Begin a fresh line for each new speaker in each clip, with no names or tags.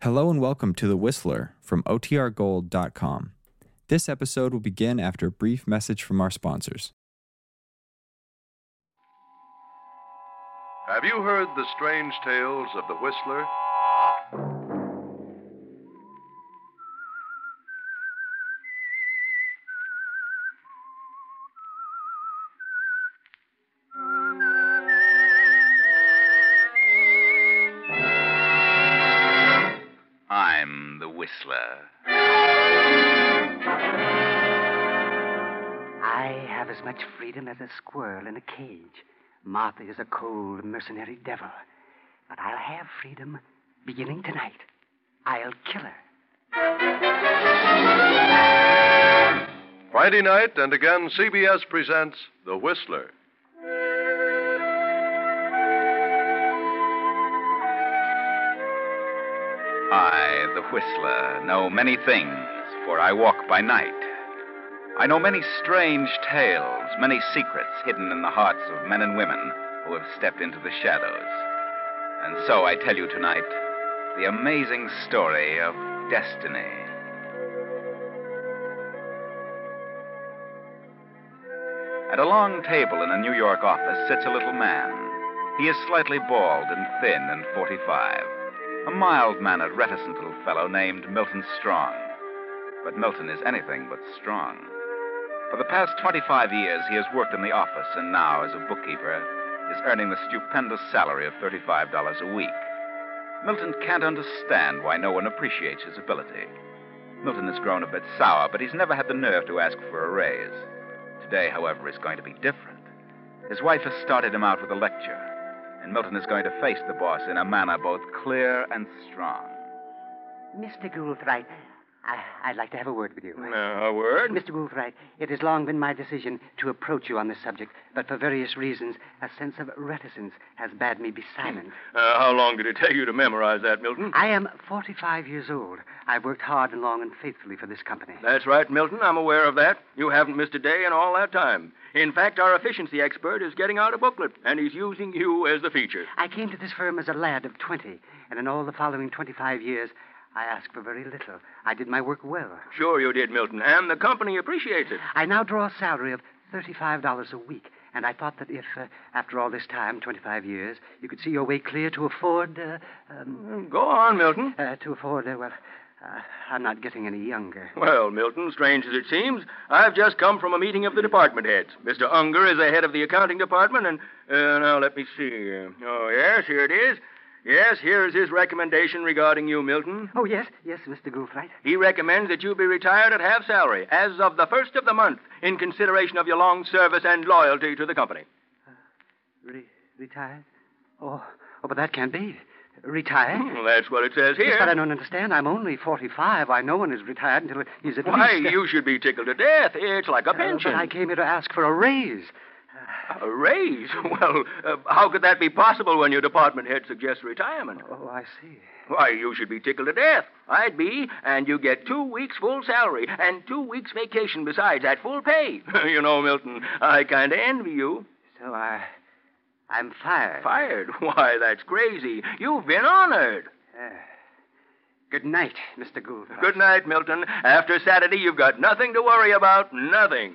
Hello and welcome to The Whistler from OTRGold.com. This episode will begin after a brief message from our sponsors.
Have you heard the strange tales of the Whistler?
I'm the Whistler.
I have as much freedom as a squirrel in a cage. Martha is a cold, mercenary devil. But I'll have freedom beginning tonight. I'll kill her.
Friday night, and again, CBS presents The Whistler.
I, the Whistler, know many things, for I walk by night. I know many strange tales, many secrets hidden in the hearts of men and women who have stepped into the shadows. And so I tell you tonight the amazing story of destiny. At a long table in a New York office sits a little man. He is slightly bald and thin and 45. A mild mannered, reticent little fellow named Milton Strong. But Milton is anything but strong. For the past 25 years, he has worked in the office and now, as a bookkeeper, is earning the stupendous salary of $35 a week. Milton can't understand why no one appreciates his ability. Milton has grown a bit sour, but he's never had the nerve to ask for a raise. Today, however, is going to be different. His wife has started him out with a lecture, and Milton is going to face the boss in a manner both clear and strong.
Mr. Goldthwaite, I, I'd like to have a word with you.
Uh,
Mm.
A word?
Mr. Goldthwaite, it has long been my decision to approach you on this subject, but for various reasons, a sense of reticence has bade me be silent.
Uh, how long did it take you to memorize that, Milton?
I am 45 years old. I've worked hard and long and faithfully for this company.
That's right, Milton. I'm aware of that. You haven't missed a day in all that time. In fact, our efficiency expert is getting out a booklet, and he's using you as the feature.
I came to this firm as a lad of 20, and in all the following 25 years, I asked for very little. I did my work well.
Sure, you did, Milton, and the company appreciates it.
I now draw a salary of $35 a week, and I thought that if, uh, after all this time, 25 years, you could see your way clear to afford, uh, um,
Go on, Milton.
uh, to afford, uh, well, uh, I'm not getting any younger.
Well, Milton, strange as it seems, I've just come from a meeting of the department heads. Mr. Unger is the head of the accounting department, and uh, now let me see. Uh, Oh, yes, here it is. Yes, here is his recommendation regarding you, Milton.
Oh, yes, yes, Mr. Goldfright.
He recommends that you be retired at half salary as of the first of the month in consideration of your long service and loyalty to the company.
Re- retired? Oh, oh, but that can't be. Retired?
Hmm, Well, that's what it says
Yes, but I
here.
don't understand. I'm only 45. I know one is retired until he's at
Why,
least...
you should be tickled to death. It's like a
Uh,
pension. Uh,
But I came here to ask for a raise.
A raise? Well, uh, how could that be possible when your department head suggests retirement?
Oh, I see.
Why, you should be tickled to death. I'd be, and you get two weeks full salary and two weeks vacation besides at full pay. you know, Milton, I kind of envy you.
So I, I'm fired.
Fired? Why, that's crazy. You've been honored.
Uh, Good night, Mr. Gould.
Good night, Milton. After Saturday, you've got nothing to worry about. Nothing.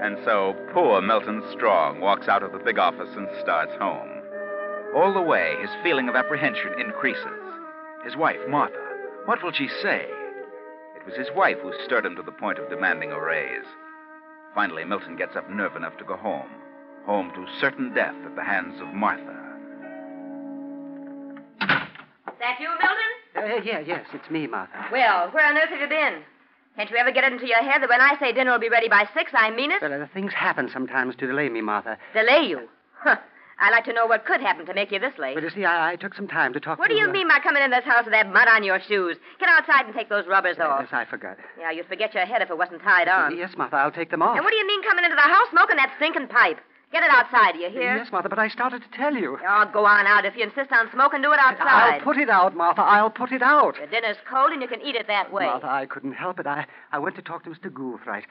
And so poor Milton Strong walks out of the big office and starts home. All the way, his feeling of apprehension increases. His wife, Martha, what will she say? It was his wife who stirred him to the point of demanding a raise. Finally, Milton gets up nerve enough to go home, home to certain death at the hands of Martha.
That you, Milton?
Uh, yeah, yes, it's me, Martha.
Well, where on earth have you been? Can't you ever get it into your head that when I say dinner will be ready by six, I mean it?
Well, uh, things happen sometimes to delay me, Martha.
Delay you? Huh. I'd like to know what could happen to make you this late.
But you see, I, I took some time to talk
What
to
do you
uh,
mean by coming in this house with that mud on your shoes? Get outside and take those rubbers
Yes,
off.
I forgot. Uh,
Yeah, you'd forget your head if it wasn't tied on.
Yes, Martha, I'll take them off.
And Uh, what do you mean coming into the house smoking that stinking pipe? Get it outside, do you hear?
Yes, Martha, but I started to tell you.
Oh, go on out. If you insist on smoking, do it outside.
I'll put it out, Martha. I'll put it out.
Your dinner's cold and you can eat it that way.
Martha, I couldn't help it. I, I went to talk to Mr. Gould, right,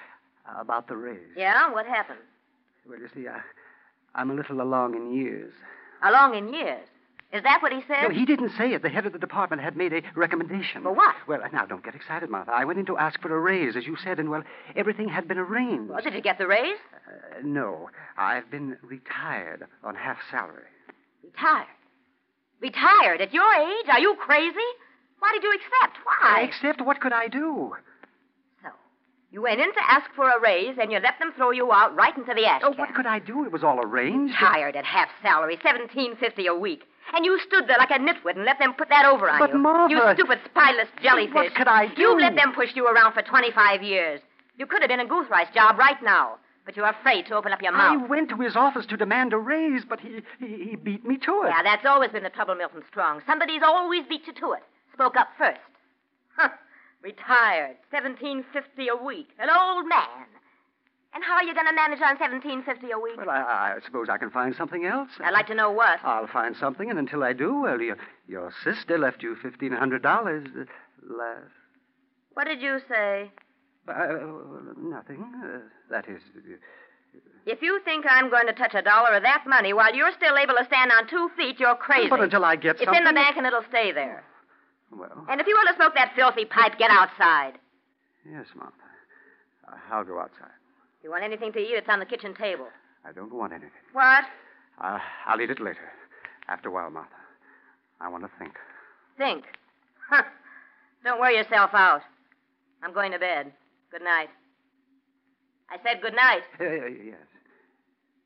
about the raise.
Yeah, what happened?
Well, you see, I, I'm a little along in years.
Along in years. Is that what he said?
No, he didn't say it. The head of the department had made a recommendation.
For what?
Well, now, don't get excited, Martha. I went in to ask for a raise, as you said, and, well, everything had been arranged.
Well, did you get the raise?
Uh, no, I've been retired on half salary.
Retired. Retired at your age? Are you crazy? Why did you accept? Why?
Except what could I do?
So, you went in to ask for a raise, and you let them throw you out right into the ash
Oh,
can.
what could I do? It was all arranged.
Retired at half salary, seventeen fifty a week, and you stood there like a nitwit and let them put that over on
But,
you.
Martha-
you stupid spyless jellyfish.
What could I do?
You let them push you around for twenty-five years. You could have been a goose rice job right now, but you're afraid to open up your
I
mouth.
went to his office to demand a raise, but he, he, he beat me to it.
Yeah, that's always been the trouble, Milton Strong. Somebody's always beat you to it. Spoke up first. Huh. Retired. Seventeen fifty a week. An old man. And how are you gonna manage on seventeen fifty a week?
Well, I, I suppose I can find something else.
I'd like to know what.
I'll find something, and until I do, well, your, your sister left you fifteen hundred dollars uh, last.
What did you say?
Uh, nothing. Uh, that is.
If you think I'm going to touch a dollar of that money while you're still able to stand on two feet, you're crazy.
But until I get
it's
something.
in the bank and it'll stay there.
Well,
And if you want to smoke that filthy pipe, get outside.
yes, Martha. I- I'll go outside.
If you want anything to eat, it's on the kitchen table.
I don't want anything.
What?
I'll, I'll eat it later. After a while, Martha. I want to think.
Think. Huh. Don't wear yourself out. I'm going to bed. Good night. I said good night.
Uh, yes.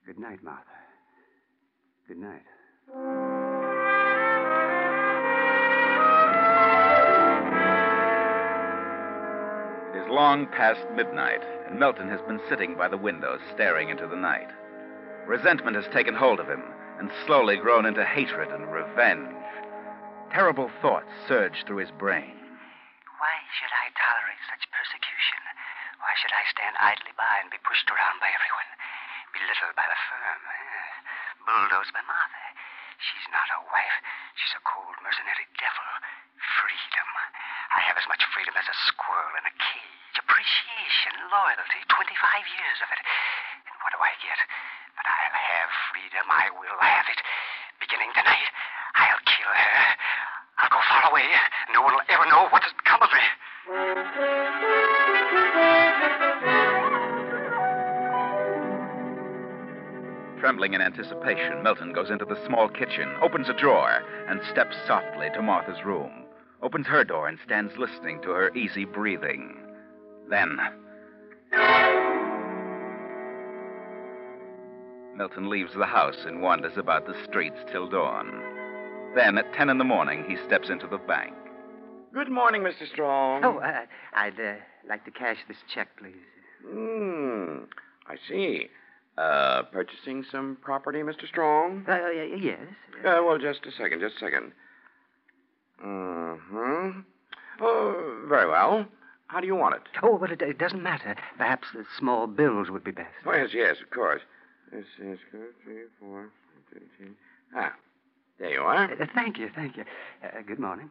Good night, Martha. Good night.
It is long past midnight, and Melton has been sitting by the window staring into the night. Resentment has taken hold of him and slowly grown into hatred and revenge. Terrible thoughts surge through his brain.
Why should I tolerate such persecution? Why should I stand idly by and be pushed around by everyone? Belittled by the firm, eh, bulldozed by Martha. She's not a wife. She's a cold mercenary devil. Freedom. I have as much freedom as a squirrel in a cage. Appreciation, loyalty, 25 years of it. And what do I get? But I'll have freedom. I will have it. Beginning tonight, I'll kill her. I'll go far away. No one will ever know what has come of me.
Trembling in anticipation, Milton goes into the small kitchen, opens a drawer, and steps softly to Martha's room. Opens her door and stands listening to her easy breathing. Then. Milton leaves the house and wanders about the streets till dawn. Then, at 10 in the morning, he steps into the bank.
Good morning, Mr. Strong.
Oh, uh, I'd uh, like to cash this check, please.
Hmm. I see. Uh, purchasing some property, Mr. Strong?
Uh, y- y- yes.
Uh, well, just a second, just a second. Mm-hmm. Oh, very well. How do you want it?
Oh, well, it, it doesn't matter. Perhaps uh, small bills would be best.
Oh, yes, yes, of course. This is good. Three, four, five, fifteen. Ah, there you are.
Uh, thank you, thank you. Uh, good morning.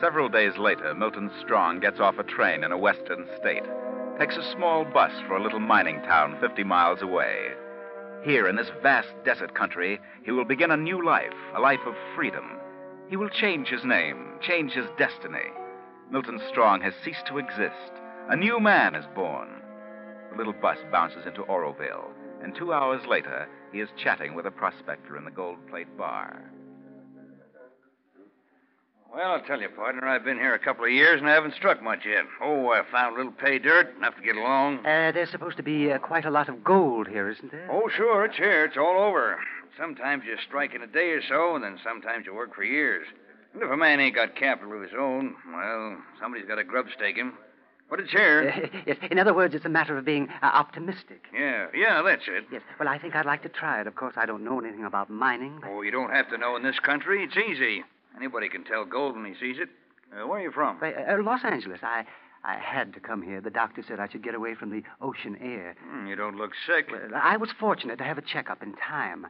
Several days later, Milton Strong gets off a train in a western state, takes a small bus for a little mining town 50 miles away. Here in this vast desert country, he will begin a new life, a life of freedom. He will change his name, change his destiny. Milton Strong has ceased to exist. A new man is born. The little bus bounces into Oroville, and two hours later, he is chatting with a prospector in the gold plate bar.
Well, I'll tell you, partner, I've been here a couple of years and I haven't struck much yet. Oh, I found a little pay dirt, enough to get along.
Uh, there's supposed to be uh, quite a lot of gold here, isn't there?
Oh, sure, it's here. It's all over. Sometimes you strike in a day or so, and then sometimes you work for years. And if a man ain't got capital of his own, well, somebody's got to grubstake him. But it's here.
Uh, yes. In other words, it's a matter of being uh, optimistic.
Yeah, yeah, that's it.
Yes. Well, I think I'd like to try it. Of course, I don't know anything about mining. but-
Oh, you don't have to know in this country. It's easy. Anybody can tell gold when he sees it. Uh, where are you from?
But, uh, uh, Los Angeles. I, I had to come here. The doctor said I should get away from the ocean air.
Hmm, you don't look sick.
Well, I was fortunate to have a checkup in time.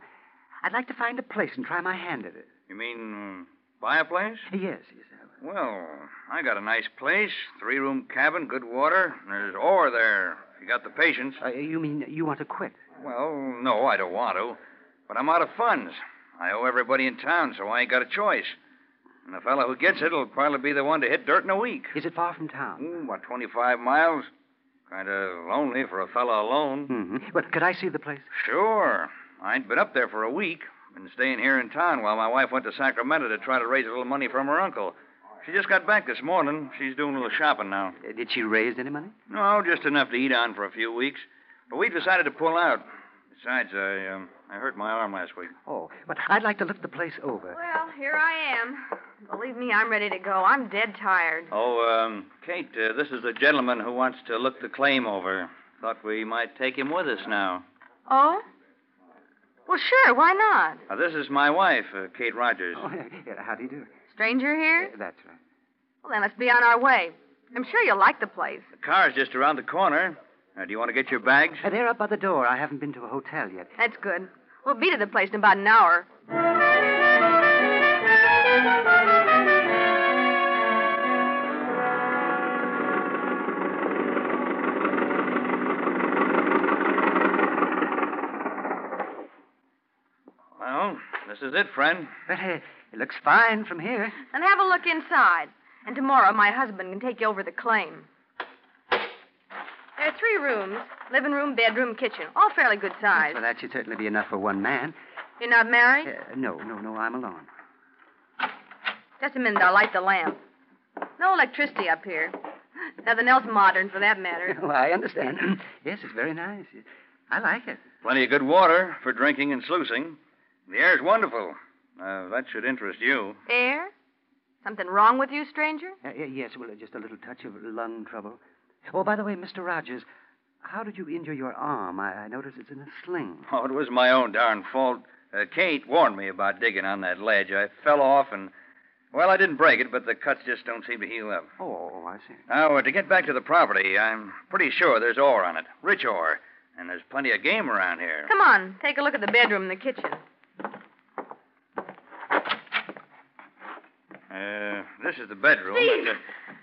I'd like to find a place and try my hand at it.
You mean mm, buy a place?
Yes, yes.
uh, Well, I got a nice place, three room cabin, good water. and There's ore there. if You got the patience.
Uh, you mean you want to quit?
Well, no, I don't want to. But I'm out of funds. I owe everybody in town, so I ain't got a choice. And the fellow who gets it'll probably be the one to hit dirt in a week.
Is it far from town?
Ooh, what, 25 miles? Kind of lonely for a fellow alone.
Mm-hmm. But could I see the place?
Sure. I ain't been up there for a week. Been staying here in town while my wife went to Sacramento to try to raise a little money from her uncle. She just got back this morning. She's doing a little shopping now.
Uh, Did she raise any money?
No, just enough to eat on for a few weeks. But we decided to pull out. Besides, I um, I hurt my arm last week.
Oh, but I'd like to look the place over.
Well, here I am. Believe me, I'm ready to go. I'm dead tired.
Oh, um, Kate, uh, this is a gentleman who wants to look the claim over. Thought we might take him with us now.
Oh? Well, sure, why not?
Now, this is my wife, uh, Kate Rogers.
Oh, yeah, how do you do?
Stranger here?
Uh, That's right.
Well, then let's be on our way. I'm sure you'll like the place.
The car's just around the corner. Now, do you want to get your bags?
Uh, they're up by the door. I haven't been to a hotel yet.
That's good. We'll be to the place in about an hour.
Well, this is it, friend.
But uh, it looks fine from here.
And have a look inside. And tomorrow my husband can take you over the claim. There are three rooms living room, bedroom, kitchen. All fairly good size.
Well, that should certainly be enough for one man.
You're not married?
Uh, no, no, no, I'm alone.
Just a minute, I'll light the lamp. No electricity up here. Nothing else modern, for that matter.
Oh, I understand. yes, it's very nice. I like it.
Plenty of good water for drinking and sluicing. The air's wonderful. Uh, that should interest you.
Air? Something wrong with you, stranger?
Uh, y- yes, well, uh, just a little touch of lung trouble. Oh, by the way, Mr. Rogers, how did you injure your arm? I, I notice it's in a sling.
Oh, it was my own darn fault. Uh, Kate warned me about digging on that ledge. I fell off and, well, I didn't break it, but the cuts just don't seem to heal up.
Oh, oh, I see.
Now, uh, to get back to the property, I'm pretty sure there's ore on it, rich ore, and there's plenty of game around here.
Come on, take a look at the bedroom and the kitchen.
Uh, this is the bedroom.
Steve!
That's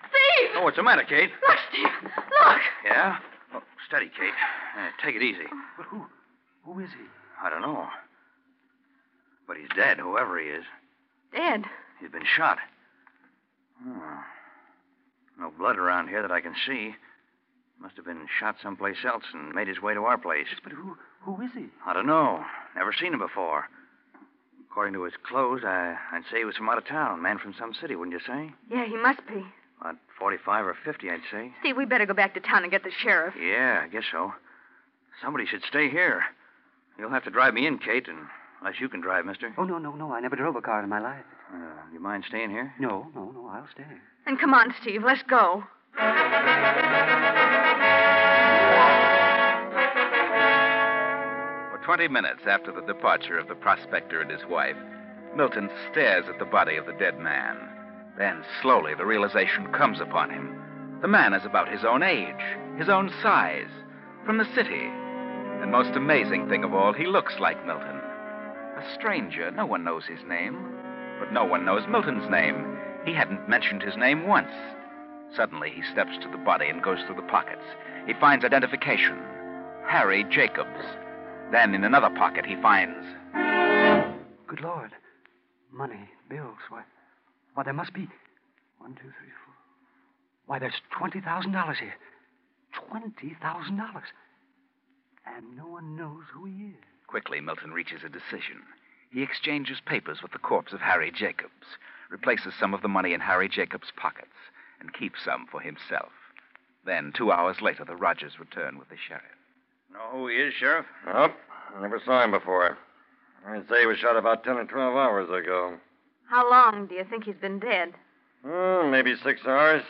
Steve!
it. Oh, what's the matter, Kate?
Look, Steve! Look!
Yeah? Oh, steady, Kate. Uh, take it easy.
But who? Who is he?
I don't know. But he's dead, whoever he is.
Dead.
He's been shot. Hmm. No blood around here that I can see. Must have been shot someplace else and made his way to our place.
But who? Who is he?
I don't know. Never seen him before. According to his clothes, I, I'd say he was from out of town. Man from some city, wouldn't you say?
Yeah, he must be.
About 45 or 50, I'd say.
Steve, we better go back to town and get the sheriff.
Yeah, I guess so. Somebody should stay here. You'll have to drive me in, Kate, and unless you can drive, mister.
Oh no, no, no! I never drove a car in my life.
Uh, you mind staying here?
No, no, no! I'll stay.
And come on, Steve, let's go.
For 20 minutes after the departure of the prospector and his wife, Milton stares at the body of the dead man. Then, slowly, the realization comes upon him. The man is about his own age, his own size, from the city. And most amazing thing of all, he looks like Milton. A stranger. No one knows his name. But no one knows Milton's name. He hadn't mentioned his name once. Suddenly, he steps to the body and goes through the pockets. He finds identification Harry Jacobs. Then, in another pocket, he finds.
Good Lord! Money, bills. Why? Why there must be one, two, three, four. Why there's twenty thousand dollars here. Twenty thousand dollars. And no one knows who he is.
Quickly, Milton reaches a decision. He exchanges papers with the corpse of Harry Jacobs, replaces some of the money in Harry Jacobs' pockets, and keeps some for himself. Then, two hours later, the Rogers return with the sheriff. Know who he is, Sheriff?
Nope. I never saw him before. I'd say he was shot about 10 or 12 hours ago.
How long do you think he's been dead?
Hmm, maybe six hours.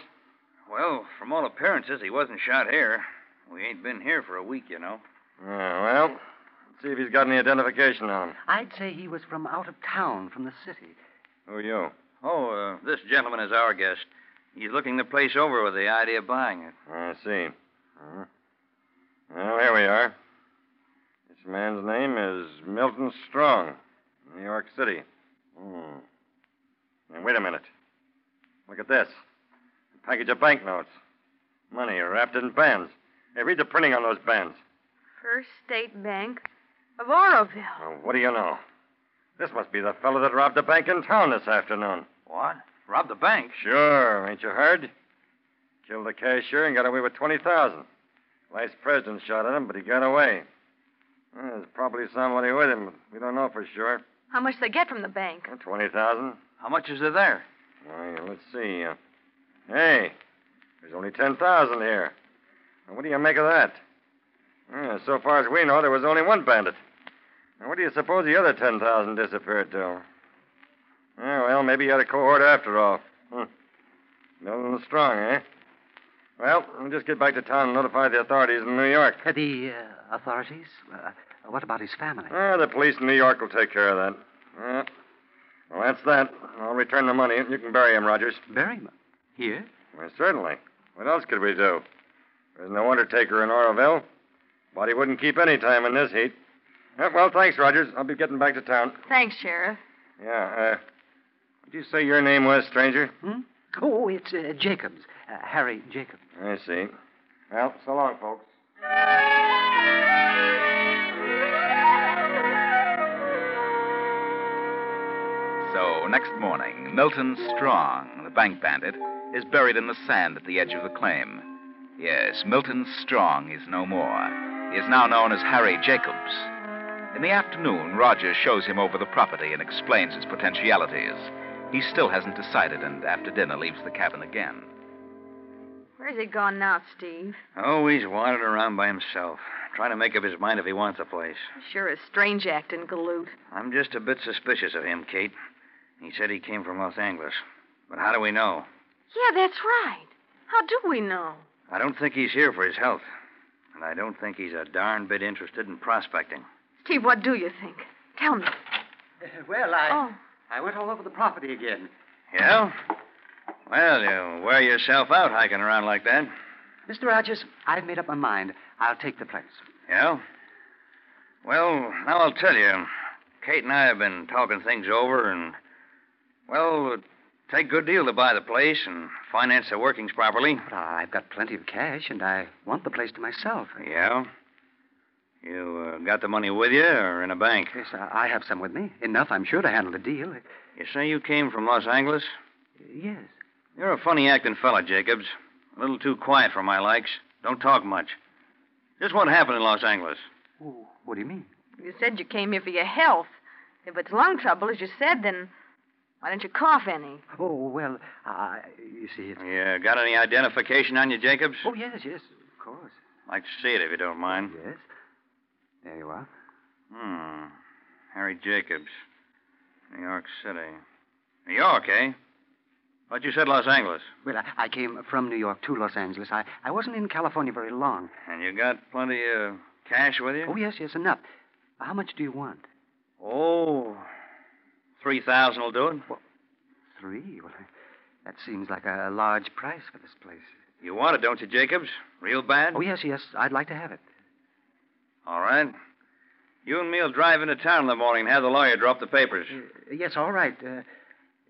Well, from all appearances, he wasn't shot here. We ain't been here for a week, you know.
Yeah, Uh, well, let's see if he's got any identification on him.
I'd say he was from out of town, from the city.
Who are you?
Oh, uh, this gentleman is our guest. He's looking the place over with the idea of buying it.
I see. Huh. Well, here we are. This man's name is Milton Strong, New York City. Hmm. Now, wait a minute. Look at this. A package of banknotes. Money wrapped in bands. Hey, read the printing on those bands.
First State Bank of Oroville.
Well, what do you know? This must be the fellow that robbed the bank in town this afternoon.
What? Robbed the bank?
Sure, ain't you heard? Killed the cashier and got away with 20000 Vice president shot at him, but he got away. Well, there's probably somebody with him, but we don't know for sure.
How much they get from the bank?
20000
How much is there there?
Why, let's see. uh, Hey, there's only 10,000 here. Now, what do you make of that? Yeah, so far as we know, there was only one bandit. Now, where do you suppose the other 10,000 disappeared to? Yeah, well, maybe he had a cohort after all. Hmm. Milton Strong, eh? Well, we'll just get back to town and notify the authorities in New York.
Uh, the uh, authorities? Uh, what about his family?
Ah, the police in New York will take care of that. Yeah. Well, that's that. I'll return the money. You can bury him, Rogers.
Bury him. Here?
Well, certainly. What else could we do? There's no undertaker in Oroville. Body wouldn't keep any time in this heat. Yeah, well, thanks, Rogers. I'll be getting back to town.
Thanks, Sheriff.
Yeah, uh, did you say your name was, stranger?
Oh, it's uh, Jacobs. Uh, Harry Jacobs.
I see. Well, so long, folks.
So, next morning, Milton Strong, the bank bandit, is buried in the sand at the edge of the claim. Yes, Milton Strong is no more. He is now known as Harry Jacobs. In the afternoon, Roger shows him over the property and explains its potentialities. He still hasn't decided, and after dinner leaves the cabin again.
Where's he gone now, Steve?
Oh, he's wandered around by himself, trying to make up his mind if he wants a place.
Sure is strange acting, Galoot.
I'm just a bit suspicious of him, Kate. He said he came from Los Angeles. But how do we know?
Yeah, that's right. How do we know?
I don't think he's here for his health. And I don't think he's a darn bit interested in prospecting.
Steve, what do you think? Tell me.
Uh, well, I,
Oh,
I went all over the property again.
Yeah? Well, you wear yourself out hiking around like that.
Mr. Rogers, I've made up my mind. I'll take the place.
Yeah? Well, now I'll tell you. Kate and I have been talking things over, and, well, it'd take a good deal to buy the place and finance the workings properly.
But I've got plenty of cash, and I want the place to myself.
Yeah? You uh, got the money with you or in a bank?
Yes, uh, I I have some with me. Enough, I'm sure, to handle the deal. Uh,
You say you came from Los Angeles?
Yes.
You're a funny acting fella, Jacobs. A little too quiet for my likes. Don't talk much. Just what happened in Los Angeles?
Oh, what do you mean?
you said you came here for your health. If it's lung trouble, as you said, then why don't you cough any?
Oh, well, I you see, it's.
You uh, got any identification on you, Jacobs?
Oh, yes, yes, of course.
like to see it if you don't mind.
Yes. There you are.
Hmm. Harry Jacobs. New York City. New York, eh? But you said Los Angeles.
Well, I, I came from New York to Los Angeles. I, I wasn't in California very long.
And you got plenty of cash with you?
Oh, yes, yes, enough. How much do you want?
Oh. 3000 will do it.
Three? Well, that seems like a large price for this place.
You want it, don't you, Jacobs? Real bad?
Oh, yes, yes, I'd like to have it.
All right. You and me'll drive into town in the morning and have the lawyer drop the papers.
Uh, yes, all right. Uh,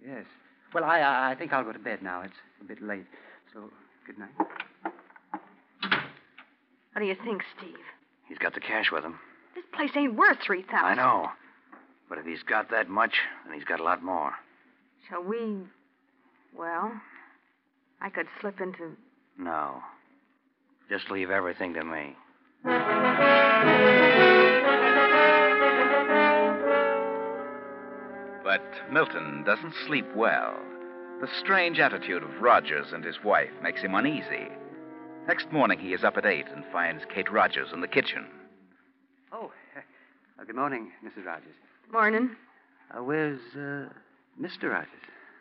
yes. Well, I- I, I think I'll go to bed now. It's a bit late. So, good night.
What do you think, Steve?
He's got the cash with him.
This place ain't worth three thousand.
I know. But if he's got that much, then he's got a lot more.
Shall we? Well, I could slip into.
No. Just leave everything to me.
But Milton doesn't sleep well. The strange attitude of Rogers and his wife makes him uneasy. Next morning, he is up at 8 and finds Kate Rogers in the kitchen.
Oh, uh, good morning, Mrs. Rogers.
Morning.
Uh, where's uh, Mr. Rogers?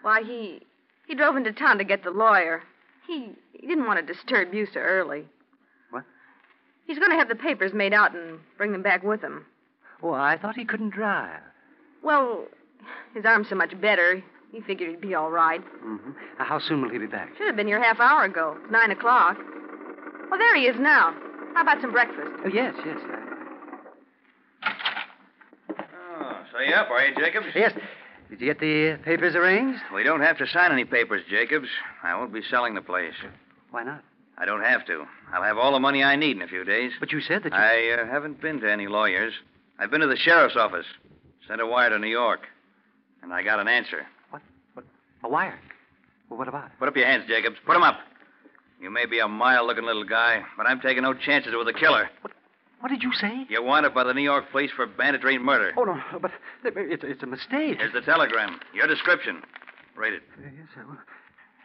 Why, he. He drove into town to get the lawyer. He, he didn't want to disturb you so early.
What?
He's going to have the papers made out and bring them back with him.
Oh, I thought he couldn't drive.
Well, his arm's so much better. He figured he'd be all right.
Mm-hmm. Uh, how soon will he be back?
Should have been here half hour ago. It's nine o'clock. Well, there he is now. How about some breakfast?
Oh, yes, yes. Uh,
Oh, so you up, are you, Jacobs?
yes. Did you get the uh, papers arranged?
We don't have to sign any papers, Jacobs. I won't be selling the place.
Why not?
I don't have to. I'll have all the money I need in a few days.
But you said that you.
I uh, haven't been to any lawyers. I've been to the sheriff's office, sent a wire to New York, and I got an answer.
What? What? A wire? Well, what about it?
Put up your hands, Jacobs. Put 'em up. You may be a mild looking little guy, but I'm taking no chances with a killer.
What did you say?
You're wanted by the New York police for banditry and murder.
Oh, no, no, but it's, it's a mistake.
Here's the telegram. Your description. Read it.
Uh, Yes, I will.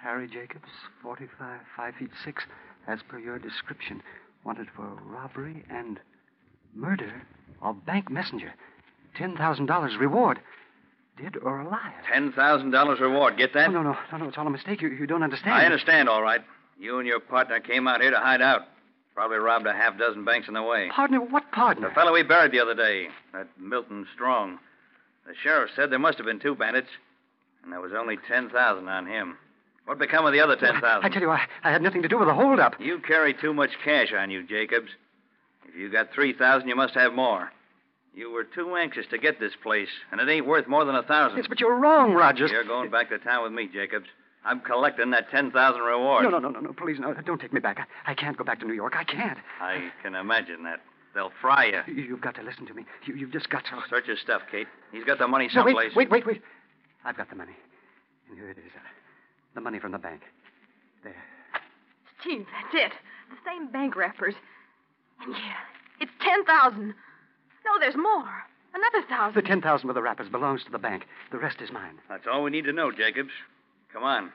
Harry Jacobs, 45, 5 feet 6, as per your description. Wanted for robbery and murder of bank messenger. $10,000 reward. Dead or alive?
$10,000 reward. Get that?
Oh, no, no, no, no, it's all a mistake. You, you don't understand.
I understand, all right. You and your partner came out here to hide out. Probably robbed a half dozen banks on the way.
Partner, what
The
partner?
fellow we buried the other day, that Milton Strong. The sheriff said there must have been two bandits, and there was only 10000 on him. What become of the other
I
10000
tell you, I, I had nothing to do with the holdup.
You carry too much cash on you, Jacobs. If you got 3000 you must have more. You were too anxious to get this place, and it ain't worth more than a thousand.
Yes, but you're wrong, Rogers.
You're going back to town with me, Jacobs. I'm collecting that 10000 reward.
No, no, no, no, no, please, no, don't take me back. I, I can't go back to New York. I can't.
I can imagine that. They'll fry you.
You, you've got to listen to me. You, you've just got to.
Search his stuff, Kate. He's got the money
No,
someplace.
wait, wait, wait, wait. I've got the money. And here it is. uh, The money from the bank. There.
Gee, that's it. The same bank wrappers. And yeah, it's 10,000. No, there's more. Another
The
thousand.
ten thousand with the wrappers belongs to the bank. The rest is mine.
That's all we need to know, Jacobs. Come on.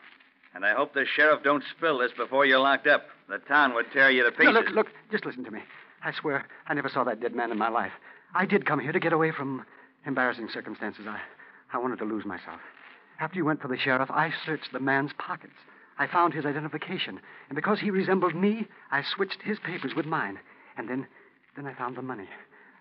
And I hope the sheriff don't spill this before you're locked up. The town would tear you to pieces.
No, look, look, just listen to me. I swear I never saw that dead man in my life. I did come here to get away from embarrassing circumstances. I, I wanted to lose myself. After you went for the sheriff, I searched the man's pockets. I found his identification, and because he resembled me, I switched his papers with mine. And then, then I found the money.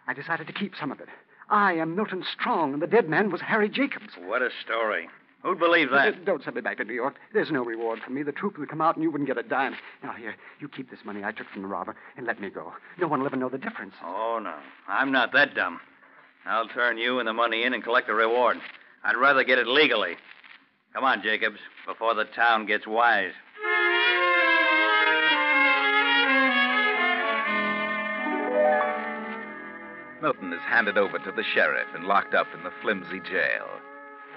I decided to keep some of it. I am Milton Strong, and the dead man was Harry Jacobs.
What a story. Who'd believe that?
Uh, Don't send me back to New York. There's no reward for me. The troop would come out and you wouldn't get a dime. Now, here, you keep this money I took from the robber and let me go. No one will ever know the difference.
Oh, no. I'm not that dumb. I'll turn you and the money in and collect the reward. I'd rather get it legally. Come on, Jacobs, before the town gets wise.
Milton is handed over to the sheriff and locked up in the flimsy jail.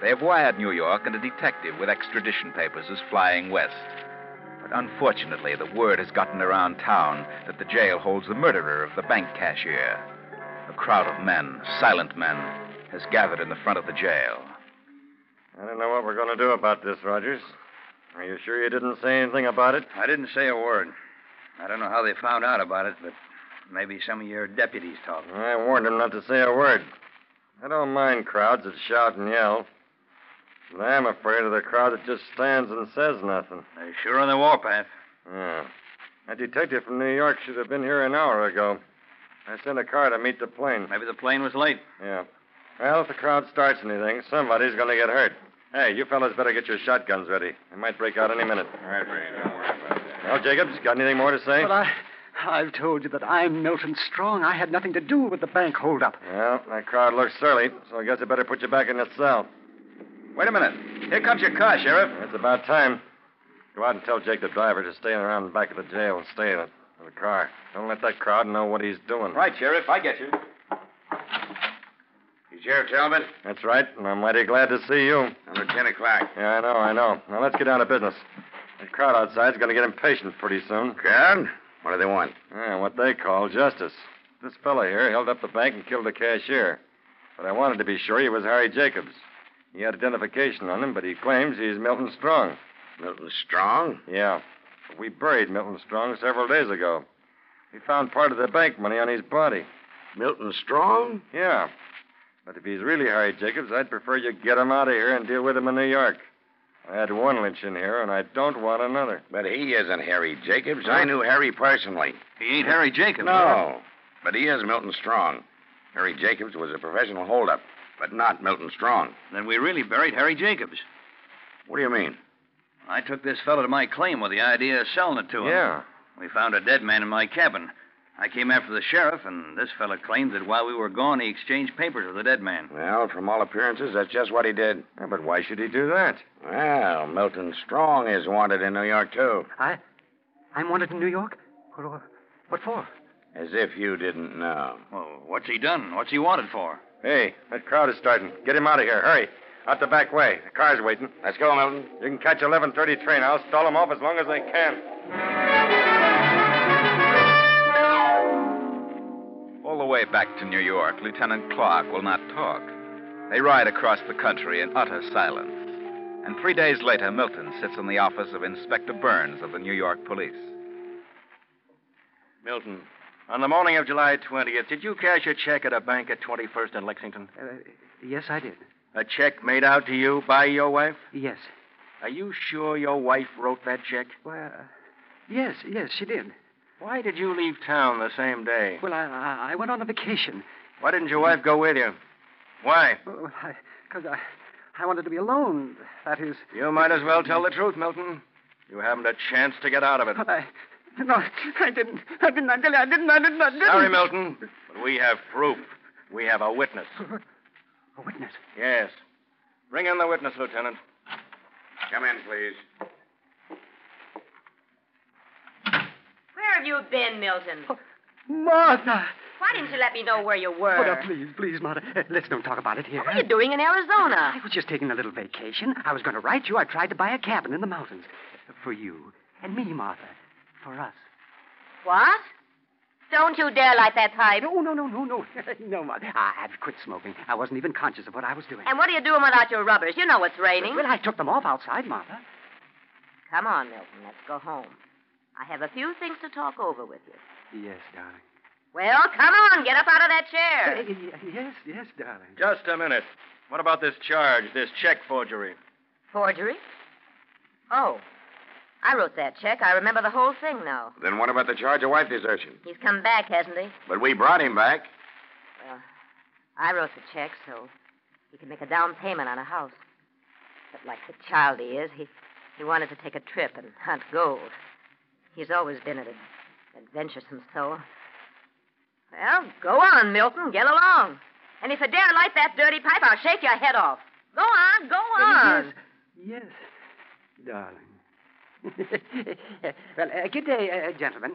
They have wired New York, and a detective with extradition papers is flying west. But unfortunately, the word has gotten around town that the jail holds the murderer of the bank cashier. A crowd of men, silent men, has gathered in the front of the jail.
I don't know what we're going to do about this, Rogers. Are you sure you didn't say anything about it? I didn't say a word. I don't know how they found out about it, but maybe some of your deputies talked. I warned them not to say a word. I don't mind crowds that shout and yell. But I'm afraid of the crowd that just stands and says nothing. They're sure on the warpath. Yeah. That detective from New York should have been here an hour ago. I sent a car to meet the plane. Maybe the plane was late. Yeah. Well, if the crowd starts anything, somebody's going to get hurt. Hey, you fellas better get your shotguns ready. They might break out any minute. All right, Brady, don't worry about that. Well, Jacobs, got anything more to say?
But I, I've told you that I'm Milton Strong. I had nothing to do with the bank holdup.
Well, that crowd looks surly, so I guess I better put you back in the cell. Wait a minute. Here comes your car, Sheriff. It's about time. Go out and tell Jake the driver to stay around the back of the jail and stay in it, in the car. Don't let that crowd know what he's doing.
Right, Sheriff, I get you.
Sheriff Talbot? That's right, and I'm mighty glad to see you.
I'm Lieutenant Clark.
Yeah, I know, I know. Now let's get down to business. That crowd outside's going to get impatient pretty soon.
Crowd? What do they want?
Yeah, what they call justice. This fella here held up the bank and killed the cashier. But I wanted to be sure he was Harry Jacobs. He had identification on him, but he claims he's Milton Strong.
Milton Strong?
Yeah. We buried Milton Strong several days ago. We found part of the bank money on his body.
Milton Strong?
Yeah. But if he's really Harry Jacobs, I'd prefer you get him out of here and deal with him in New York. I had one lynch in here, and I don't want another.
But he isn't Harry Jacobs. I knew Harry personally.
He ain't Harry Jacobs.
No. But he is Milton Strong. Harry Jacobs was a professional holdup, but not Milton Strong.
Then we really buried Harry Jacobs.
What do you mean?
I took this fellow to my claim with the idea of selling it to him. Yeah. We found a dead man in my cabin.
I came after the sheriff, and this fella claimed that while we were gone, he exchanged papers with the dead man.
Well, from all appearances, that's just what he did.
Yeah, but why should he do that?
Well, Milton Strong is wanted in New York, too.
I. I'm wanted in New York? What, what for?
As if you didn't know.
Well, what's he done? What's he wanted for?
Hey, that crowd is starting. Get him out of here. Hurry. Out the back way. The car's waiting.
Let's go, Milton.
You can catch 11.30 train. I'll stall them off as long as I can.
All the way back to New York, Lieutenant Clark will not talk. They ride across the country in utter silence. And three days later, Milton sits in the office of Inspector Burns of the New York Police.
Milton, on the morning of July 20th, did you cash a check at a bank at 21st and Lexington?
Uh, yes, I did.
A check made out to you by your wife?
Yes.
Are you sure your wife wrote that check?
Well, uh, yes, yes, she did.
Why did you leave town the same day?
Well, I, I, I went on a vacation.
Why didn't your wife go with you? Why?
Well, because I, I, I wanted to be alone. That is.
You might as well tell the truth, Milton. You haven't a chance to get out of it.
But I. No, I didn't. I didn't. I didn't. I didn't. I didn't. I didn't.
Sorry, Milton, but we have proof. We have a witness.
A witness?
Yes. Bring in the witness, Lieutenant.
Come in, please.
Where have you been, Milton?
Oh, Martha!
Why didn't you let me know where you were?
Oh, now, please, please, Martha. Uh, let's don't talk about it here.
What are Oh, you doing in Arizona?
I was just taking a little vacation. I was going to write you. I tried to buy a cabin in the mountains. For you. And me, Martha. For us.
What? Don't you dare light that pipe.
No, no, no, no, no. no, Mother. I, I've quit smoking. I wasn't even conscious of what I was doing.
And what are you doing without your rubbers? You know it's raining.
Well, I took them off outside, Martha.
Come on, Milton. Let's go home. I have a few things to talk over with you.
Yes, darling.
Well, come on. Get up out of that chair.
yes, yes, darling.
Just a minute. What about this charge, this check forgery?
Forgery? Oh. I wrote that check. I remember the whole thing now.
Then what about the charge of wife desertion?
He's come back, hasn't he?
But we brought him back.
Well, I wrote the check so he could make a down payment on a house. But like the child he is, he, he wanted to take a trip and hunt gold. He's always been an adventuresome soul. Well, go on, Milton. Get along. And if you dare light that dirty pipe, I'll shake your head off. Go on, go on.
Yes, yes darling. well, uh, good day, uh, gentlemen.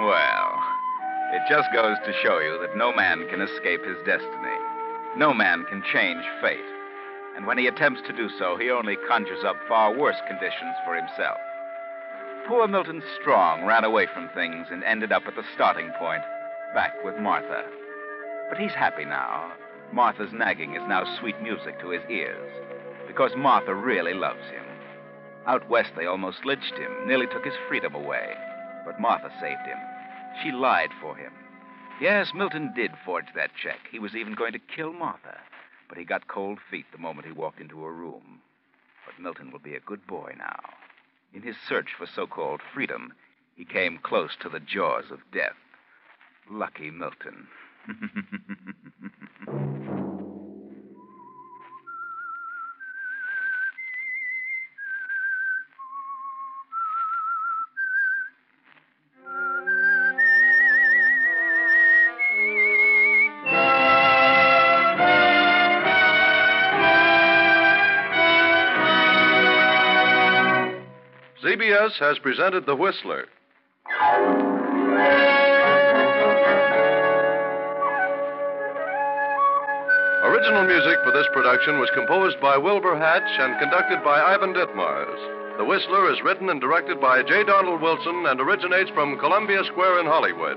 Well, it just goes to show you that no man can escape his destiny. No man can change fate. And when he attempts to do so, he only conjures up far worse conditions for himself. Poor Milton Strong ran away from things and ended up at the starting point, back with Martha. But he's happy now, Martha's nagging is now sweet music to his ears because Martha really loves him. Out west, they almost lynched him, nearly took his freedom away, but Martha saved him. She lied for him. Yes, Milton did forge that check. He was even going to kill Martha, but he got cold feet the moment he walked into her room. But Milton will be a good boy now. In his search for so called freedom, he came close to the jaws of death. Lucky Milton.
CBS has presented The Whistler. Original music for this production was composed by Wilbur Hatch and conducted by Ivan Ditmars. The Whistler is written and directed by J. Donald Wilson and originates from Columbia Square in Hollywood.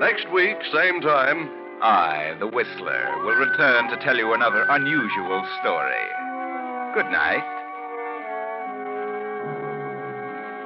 Next week, same time.
I, the Whistler, will return to tell you another unusual story. Good night.